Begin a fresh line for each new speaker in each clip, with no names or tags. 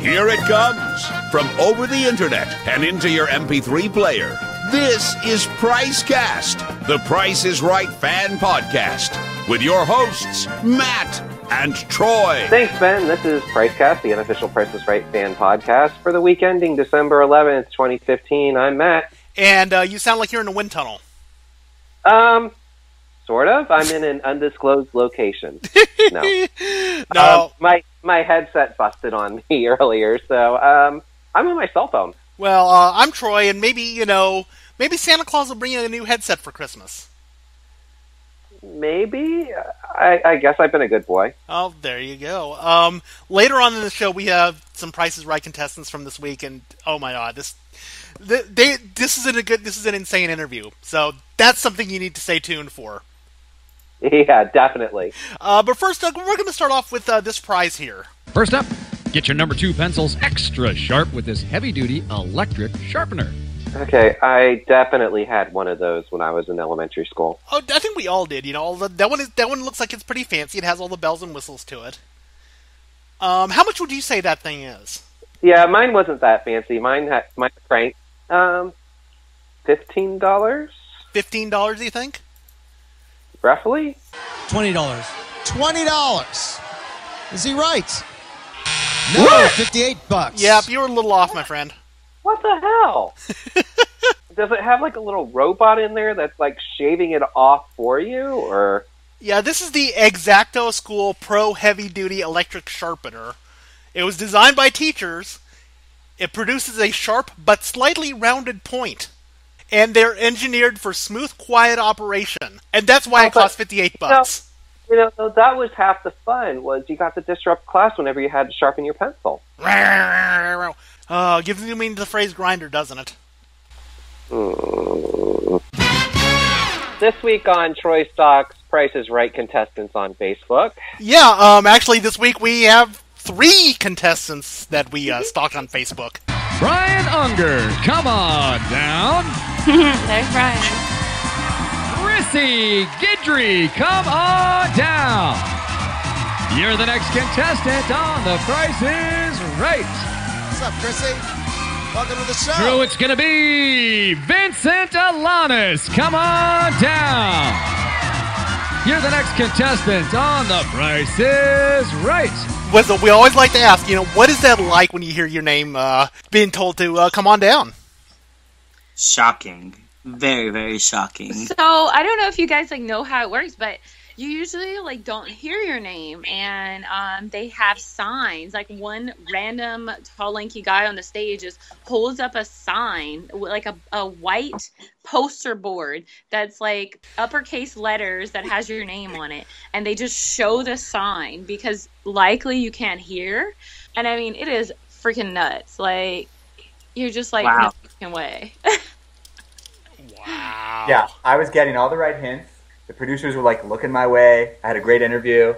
Here it comes from over the internet and into your MP3 player. This is PriceCast, the Price is Right fan podcast, with your hosts, Matt and Troy.
Thanks, Ben. This is PriceCast, the unofficial Price is Right fan podcast for the week ending December 11th, 2015. I'm Matt.
And uh, you sound like you're in a wind tunnel.
Um, sort of. I'm in an undisclosed location. No.
No.
Um, my, my headset busted on me earlier, so um, I'm on my cell phone.
well, uh, I'm Troy, and maybe, you know, maybe Santa Claus will bring you a new headset for Christmas.
Maybe? I, I guess I've been a good boy.
Oh, there you go. Um, later on in the show, we have some prices right contestants from this week, and oh my god, this th- they this is a good this is an insane interview. So that's something you need to stay tuned for.
Yeah, definitely.
Uh, but first, Doug, we're going to start off with uh, this prize here.
First up, get your number two pencils extra sharp with this heavy duty electric sharpener.
Okay, I definitely had one of those when I was in elementary school.
Oh, I think we all did. You know, all the- that one is that one looks like it's pretty fancy. It has all the bells and whistles to it. Um, how much would you say that thing is?
Yeah, mine wasn't that fancy. Mine had mine Frank. Um, fifteen dollars
Fifteen dollars, you think?
roughly.
Twenty dollars. Twenty dollars. Is he right? No, fifty-eight bucks.
Yep, you were a little off, my friend.
What the hell? Does it have like a little robot in there that's like shaving it off for you, or
Yeah, this is the Exacto School Pro Heavy Duty Electric Sharpener. It was designed by teachers. It produces a sharp but slightly rounded point, and they're engineered for smooth, quiet operation. And that's why
Oh,
it
but-
costs fifty-eight bucks.
you know? So that was half the fun was you got to disrupt class whenever you had to sharpen your pencil.
Oh, gives new meaning to the phrase grinder, doesn't it?
This week on Troy Stocks Price is Right contestants on Facebook.
Yeah, um, actually, this week we have three contestants that we uh, stalked on Facebook.
Brian Unger, come on down.
There's Brian.
Chrissy Guidry, come on down. You're the next contestant on The Price is Right.
What's up, Chrissy? Welcome to the show.
Drew, it's going to be Vincent Alanis. Come on down. You're the next contestant on The Price is Right.
Was we always like to ask, you know, what is that like when you hear your name uh, being told to uh, come on down?
Shocking. Very, very shocking.
So I don't know if you guys like know how it works, but you usually like don't hear your name, and um, they have signs. Like one random tall, lanky guy on the stage just holds up a sign, like a, a white poster board that's like uppercase letters that has your name on it, and they just show the sign because likely you can't hear. And I mean, it is freaking nuts. Like you're just like
Wow.
no freaking way.
Wow.
Yeah, I was getting all the right hints. The producers were like looking my way. I had a great interview.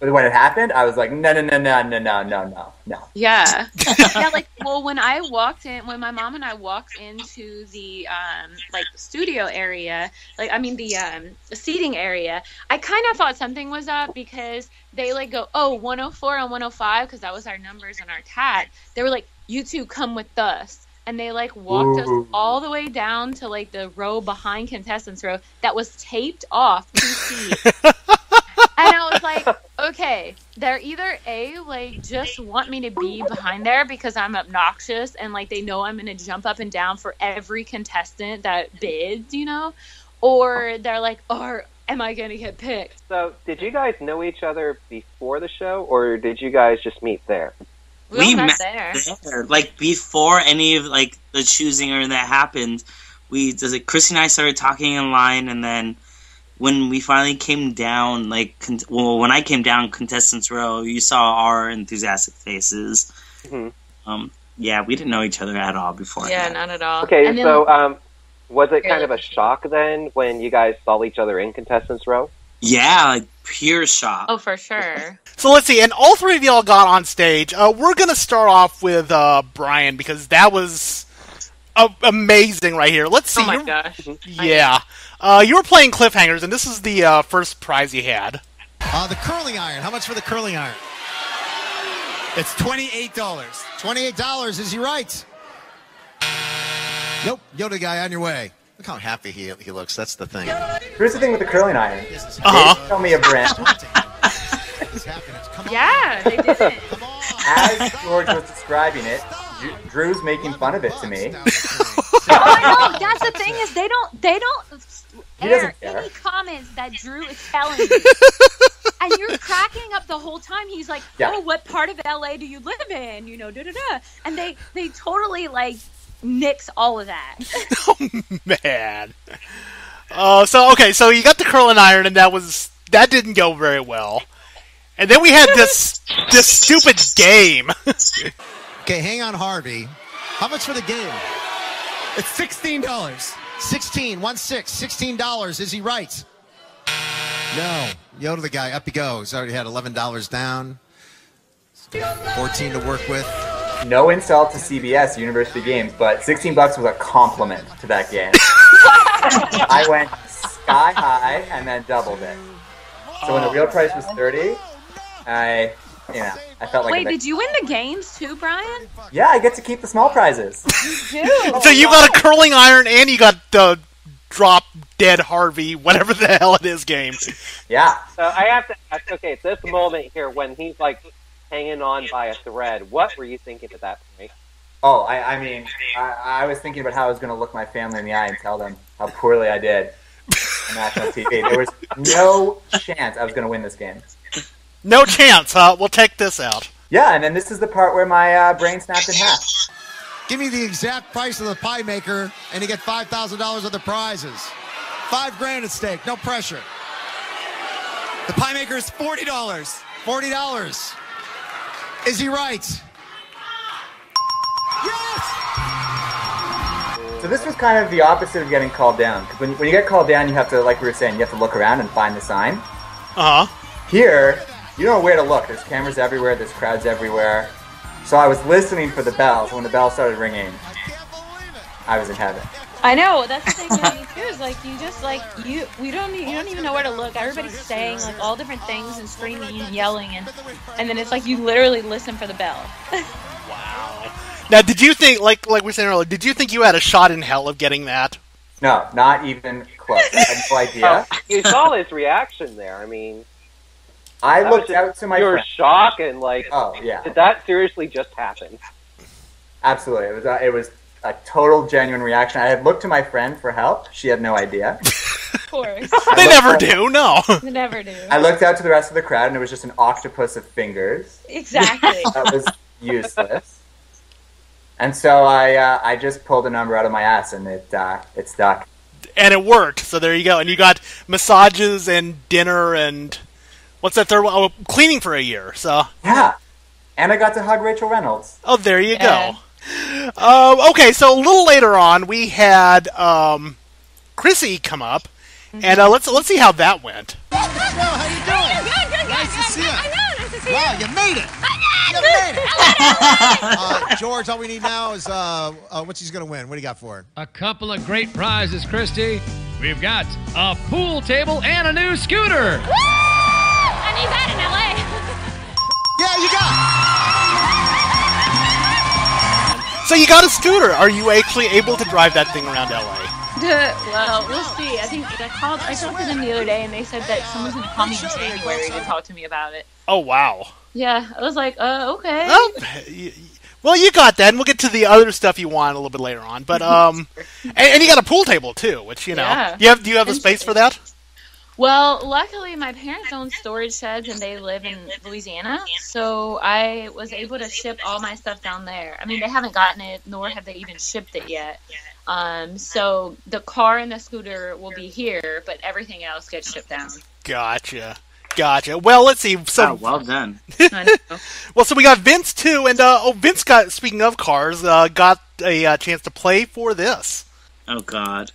But when it happened, I was like, no, no, no, no, no, no, no, no, no.
Yeah. yeah, like well when I walked in when my mom and I walked into the um like studio area, like I mean the um seating area, I kind of thought something was up because they like go, "Oh, 104 and 105 because that was our numbers on our tag." They were like, "You two come with us." And they like walked us
Ooh.
all the way down to like the row behind contestants row that was taped off to see and I was like, okay, they're either a like just want me to be behind there because I'm obnoxious and like they know I'm gonna jump up and down for every contestant that bids, you know, or they're like, or am I gonna get picked?
So, did you guys know each other before the show, or did you guys just meet there?
We,
We
we met
met
there.
There, like before any of like the choosing or that happened, we does it. Chrissy and I started talking in line, and then when we finally came down, like con- well, when I came down contestants row, you saw our enthusiastic faces.
Mhm.
Um, yeah, we didn't know each other at all before.
Yeah,
that.
not at all.
Okay,
And then-
so um, was it kind of a shock then when you guys saw each other in contestants row?
yeah, like pure shock.
oh, for sure.
So let's see, and all three of y'all got on stage. Uh, we're gonna start off with uh, Brian because that was a- amazing right here. Let's see.
Oh my
you're-
gosh.
Yeah, uh, you were playing cliffhangers, and this is the uh, first prize you had.
Uh, the curling iron. How much for the curling iron?
It's twenty-eight dollars.
$28, is he right? Nope, Yoda guy on your way.
Look how happy he, he looks. That's the thing.
Here's the thing with the curling iron.
This is
Uh-huh.
Tell me a brand.
It's happening. Come on.
Yeah, they didn't.
Come on.
As George was describing it, Dr- Drew's making fun of it to me.
Oh, I know. That's the thing is they don't they don't
He
air
doesn't care.
any comments that Drew is telling you. and you're cracking up the whole time. He's like,
Yeah.
"Oh, what part of LA do you live in?" You know, da da da. And they they totally like nix all of that.
Man. Uh, so okay, so you got the curling iron, and that was that didn't go very well. And then we had this this stupid game.
Okay, hang on, Harvey. How much for the game?
It's sixteen dollars.
16, one six, $16. Is he right? No. Yoda the guy, up he goes. Already had $11 down. 14 to work with.
No insult to CBS University Games, but 16 bucks was a compliment to that game. I went sky high and then doubled it. So when the real price was 30, I, you know, I felt like
Wait,
a big-
did you win the games too, Brian?
yeah, I get to keep the small prizes.
so you got a curling iron, and you got the drop dead Harvey, whatever the hell it is game.
Yeah,
So I have to ask. Okay, at this moment here when he's like hanging on by a thread, what were you thinking at that point?
Oh, I, I mean, I, I was thinking about how I was going to look my family in the eye and tell them how poorly I did on national TV. There was no chance I was going to win this game.
No chance, huh? We'll take this out.
Yeah, and then this is the part where my uh, brain snapped in half.
Give me the exact price of the pie maker, and you get $5,000 worth of prizes. Five grand at stake, no pressure.
The pie maker is forty dollars.
$40. Is he right?
So this was kind of the opposite of getting called down. Because when, when you get called down, you have to, like we were saying, you have to look around and find the sign.
Uh huh.
Here, you don't know where to look. There's cameras everywhere. There's crowds everywhere. So I was listening for the bells. When the bell started ringing, I was in heaven.
I know that's the thing with me too. Is like you just like you we don't you don't even know where to look. Everybody's saying like all different things and screaming and yelling and and then it's like you literally listen for the bell.
Now, did you think, like like we were saying earlier, did you think you had a shot in hell of getting that?
No, not even close. I had no idea.
Oh, you saw his reaction there. I mean,
I
that was
looked
just
out to my
your
friend.
shock and like,
Oh yeah,
did that seriously just happen?
absolutely. It was a, it was a total genuine reaction. I had looked to my friend for help. She had no idea.
Of course,
I
They
looked
never
out-
do, no.
they never do.
I looked out to the rest of the crowd, and it was just an octopus of fingers.
Exactly.
That was useless. And so I uh, I just pulled a number out of my ass, and it uh, it stuck.
And it worked, so there you go. And you got massages and dinner and what's that third one? Oh, cleaning for a year. So,
Yeah. And I got to hug Rachel Reynolds.
oh, there you
Yeah.
go. Um, okay, so a little later on, we had um, Chrissy come up, and uh, let's let's see how that went.
Yo, Oh, how you doing? Nice to see you. Wow, Oh, you made it. You made it. Uh, George, all we need now is uh, uh, what's he's going to win? What do you got for it?
A couple of great prizes, Christy. We've got a pool table and a new scooter.
I need that
Yeah, you got.
So you got a scooter. Are you actually able to drive that thing around LA?
in LA. well, we'll see. I think I called. I talked to them the other day, and they said that someone's gonna call me in January to talk to me about it.
Oh wow.
Yeah, I was like, uh, okay.
Oh, y- y- well, you got that, and we'll get to the other stuff you want a little bit later on. But um, and, and you got a pool table too, which you know,
Yeah.
you have. Do you have a space for that?
Well, luckily, my parents own storage sheds and they live in Louisiana. So I was able to ship all my stuff down there. I mean, they haven't gotten it, nor have they even shipped it yet. Um, so the car and the scooter will be here, but everything else gets shipped down.
Gotcha, gotcha. Well, let's see. So,
Oh, well done.
I know.
well, so we got Vince too, and uh, oh, Vince got. Speaking of cars, uh, got a uh, chance to play for this.
Oh God.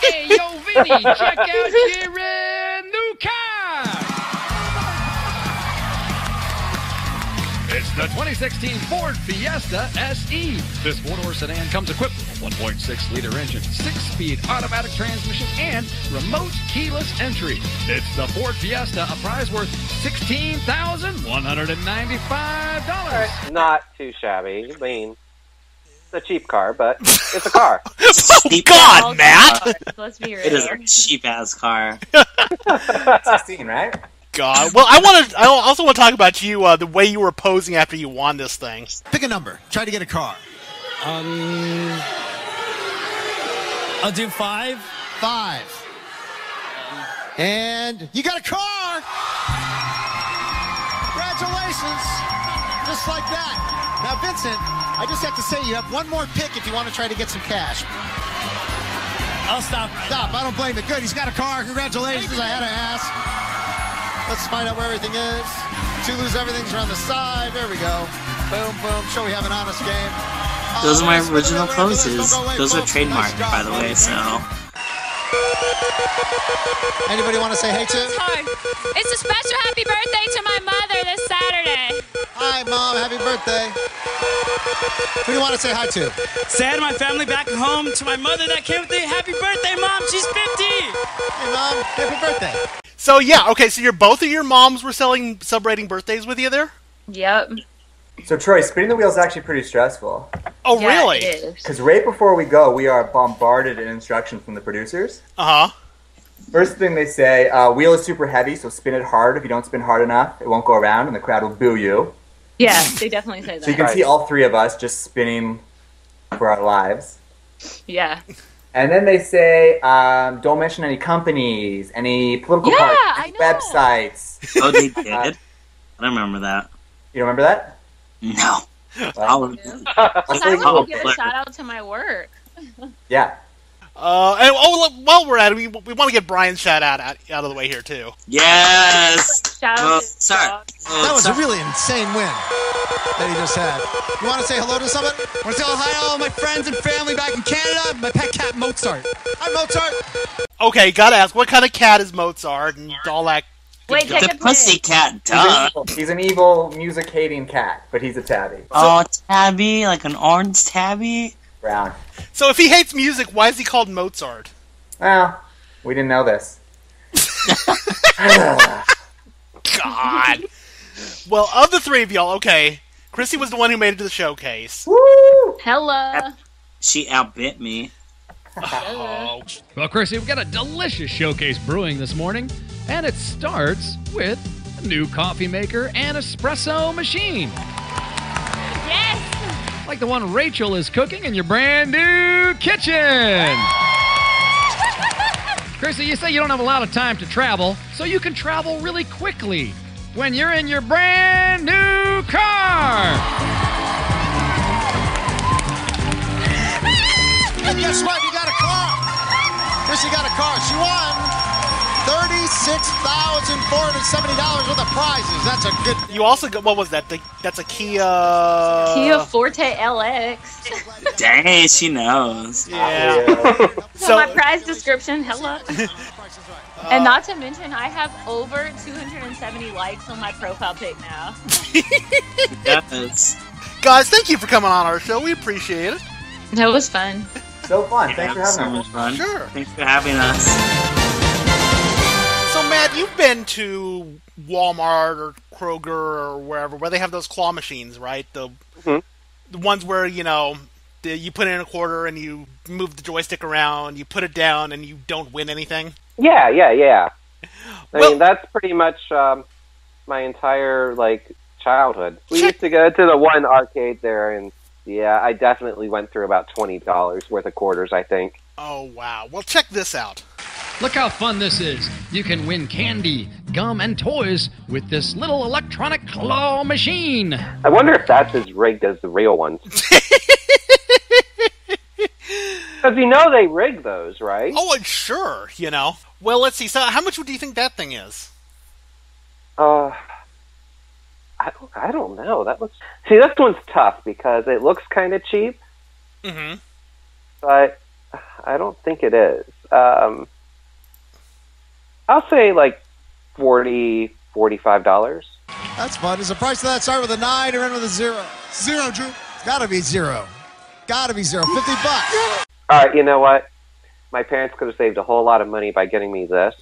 Hey, yo, Vinny, check out your uh, new car. It's the 2016 Ford Fiesta SE. This four-door sedan comes equipped with a 1.6-liter engine, six-speed automatic transmission, and remote keyless entry. It's the Ford Fiesta, a prize worth $16,195.
it's not too shabby. I mean, it's a cheap car, but it's a car.
oh,
Cheap
God, Matt!
Let's be real.
It is a cheap ass car.
16, right?
God. Well, I want to. I also want to talk about you, uh, the way you were posing after you won this thing.
Pick a number. Try to get a car.
Um, I'll do five.
Five. And you got a car! Congratulations! Just like that. Now, Vincent, I just have to say you have one more pick if you want to try to get some cash.
I'll stop right
Stop, I don't blame it. Good, he's got a car. Congratulations, I had to ask. Let's find out where everything is. Two lose everything's around the side. There we go. Boom, boom. Show we have an honest game. Uh,
Those are my
let's go
original
away from this. Don't
poses.
go away,
Those are
folks. Nice
trademarked,
job,
by the way,
buddy.
so. Oh,
Anybody want to say hey to?
It's a special happy birthday to my mother this Saturday.
Hi, Mom. Happy birthday. Who do you want to say hi to?
Sad my family back at home to my mother that came with me. Happy birthday, mom. She's 50.
Hey, Mom. Happy birthday.
So yeah, okay. So your both of your moms were selling celebrating birthdays with you there.
Yep.
So, Troy, spinning the wheel is actually pretty stressful.
Oh
Yeah,
really?
It is.
Because right before we go, we are bombarded in instruction from the producers.
Uh huh.
First thing they say, uh, wheel is super heavy, so spin it hard. If you don't spin hard enough, it won't go around and the crowd will boo you.
Yeah, they definitely say
So you
that.
can
Right.
see all three of us just spinning for our lives.
Yeah.
And then they say, um, don't mention any companies, any political
Yeah,
parties, any
I know.
websites. Uh,
Oh, they did? I don't remember that.
You remember that?
No.
Well,
So
I'll,
I
luckily-
Oh,
want to give a
Blair.
shout out to my work.
yeah.
Uh, and, oh, look, while we're at it, we, we want to get Brian's shout out, out out of the way here too.
yes!
Shout out
Oh,
to
sorry. Oh,
That was a
sorry.
really insane win that he just had. You want to say hello to someone?
I want to say oh, hi to all my friends and family back in Canada. My pet cat Mozart.
Hi, Mozart.
Okay, gotta ask, what kind of cat is Mozart and all that?
Wait, take a
The
pic.
pussycat,
He's, an
duh.
evil, he's an evil music-hating cat, but he's a tabby.
Oh, tabby, like an orange tabby.
Brown.
So if he hates music, why is he called Mozart?
Well, we didn't know this.
God. well, of the three of y'all, okay, Chrissy was the one who made it to the showcase.
Hello.
She outbit me.
Oh,
Well, Chrissy, we've got a delicious showcase brewing this morning, and it starts with a new coffee maker and espresso machine,
Yes.
like the one Rachel is cooking in your brand new kitchen. Chrissy, you say you don't have a lot of time to travel, so you can travel really quickly when you're in your brand new car.
And guess what? You got a car. Chrissy got a car. She won $36,470 worth of prizes. That's a good.
you also got what was that? The, that's a
Uh,
Kia.
Kia Forte LX.
Dang, she knows.
Yeah.
So my
So
prize description. Hello.
Uh,
and not to mention, I have over 270 likes on my profile pic now.
Yes.
guys, thank you for coming on our show. We appreciate it.
That was fun.
So fun.
That
Thanks for
was so
having
much
us.
fun.
Sure.
Thanks for having us.
So Matt, you've been to Walmart or Kroger or wherever where they have those claw machines, right? The
Mhm.
the ones where you know the, you put in a quarter and you move the joystick around, you put it down, and you don't win anything.
Yeah, yeah, yeah. I
Well-
mean, that's pretty much um, my entire like childhood. We used to go to the one arcade there, and yeah, I definitely went through about twenty dollars worth of quarters. I think.
Oh wow! Well, check this out.
Look how fun this is. You can win candy, gum, and toys with this little electronic claw machine.
I wonder if that's as rigged as the real ones. Because you know they rig those, right?
Oh, and sure, you know. Well, let's see. So, how much do you think that thing is?
Uh, I don't, I don't know. That looks see, this one's tough because it looks kind of cheap,
Mm-hmm.
but I don't think it is. Um, I'll say like forty, forty-five dollars.
That's fun. Does the price of that start with a nine or end with a zero? Zero, Drew. It's got to be zero. Got to be zero. 50 bucks.
All right, you know what? My parents could have saved a whole lot of money by getting me this.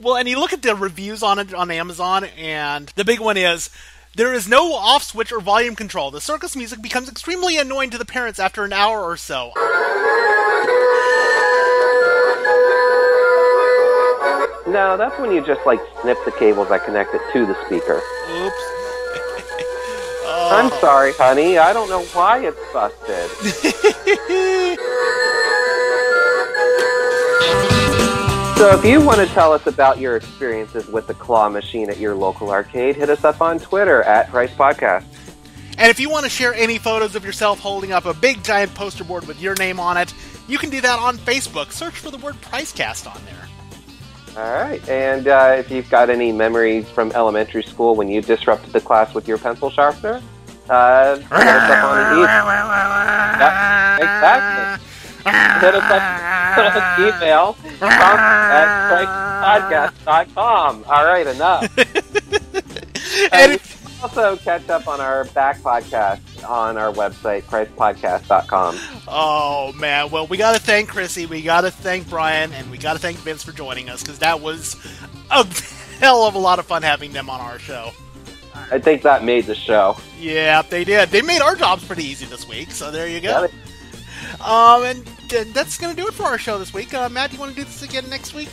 Well, and you look at the reviews on it on Amazon, and the big one is There is no off switch or volume control. The circus music becomes extremely annoying to the parents after an hour or so.
No, that's when you just like snip the cables that connect it to the speaker.
Oops.
I'm sorry, honey. I don't know why it's busted. so if you want to tell us about your experiences with the claw machine at your local arcade, hit us up on Twitter at Price Podcast.
And if you want to share any photos of yourself holding up a big giant poster board with your name on it, you can do that on Facebook. Search for the word Pricecast on there.
All right. And uh, if you've got any memories from elementary school when you disrupted the class with your pencil sharpener, uh, hit us up on e- Yep, exactly. Hit us up on email at strikepodcast.com. All right, enough. and you can also catch up on our back podcast on our website, pricepodcast.com.
Oh man, well we gotta thank Chrissy, we gotta thank Brian, and we gotta thank Vince for joining us because that was a hell of a lot of fun having them on our show.
I think that made the show.
Yeah, they did. They made our jobs pretty easy this week, so there you
Got
go.
it.
Um, and, and that's gonna do it for our show this week. Uh, Matt, do you want to do this again next week?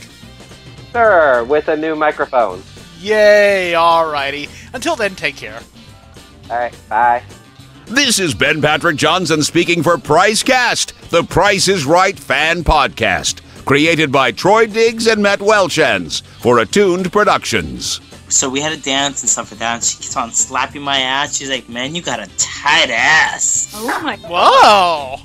Sure, with a new microphone.
Yay! Alrighty. Until then, take care.
All right, bye.
This is Ben Patrick Johnson speaking for PriceCast, the Price is Right fan podcast, created by Troy Diggs and Matt Welshans for Attuned Productions.
So we had a dance and stuff like that. And she keeps on slapping my ass. She's like, "Man, you got a tight ass."
Oh my
Whoa!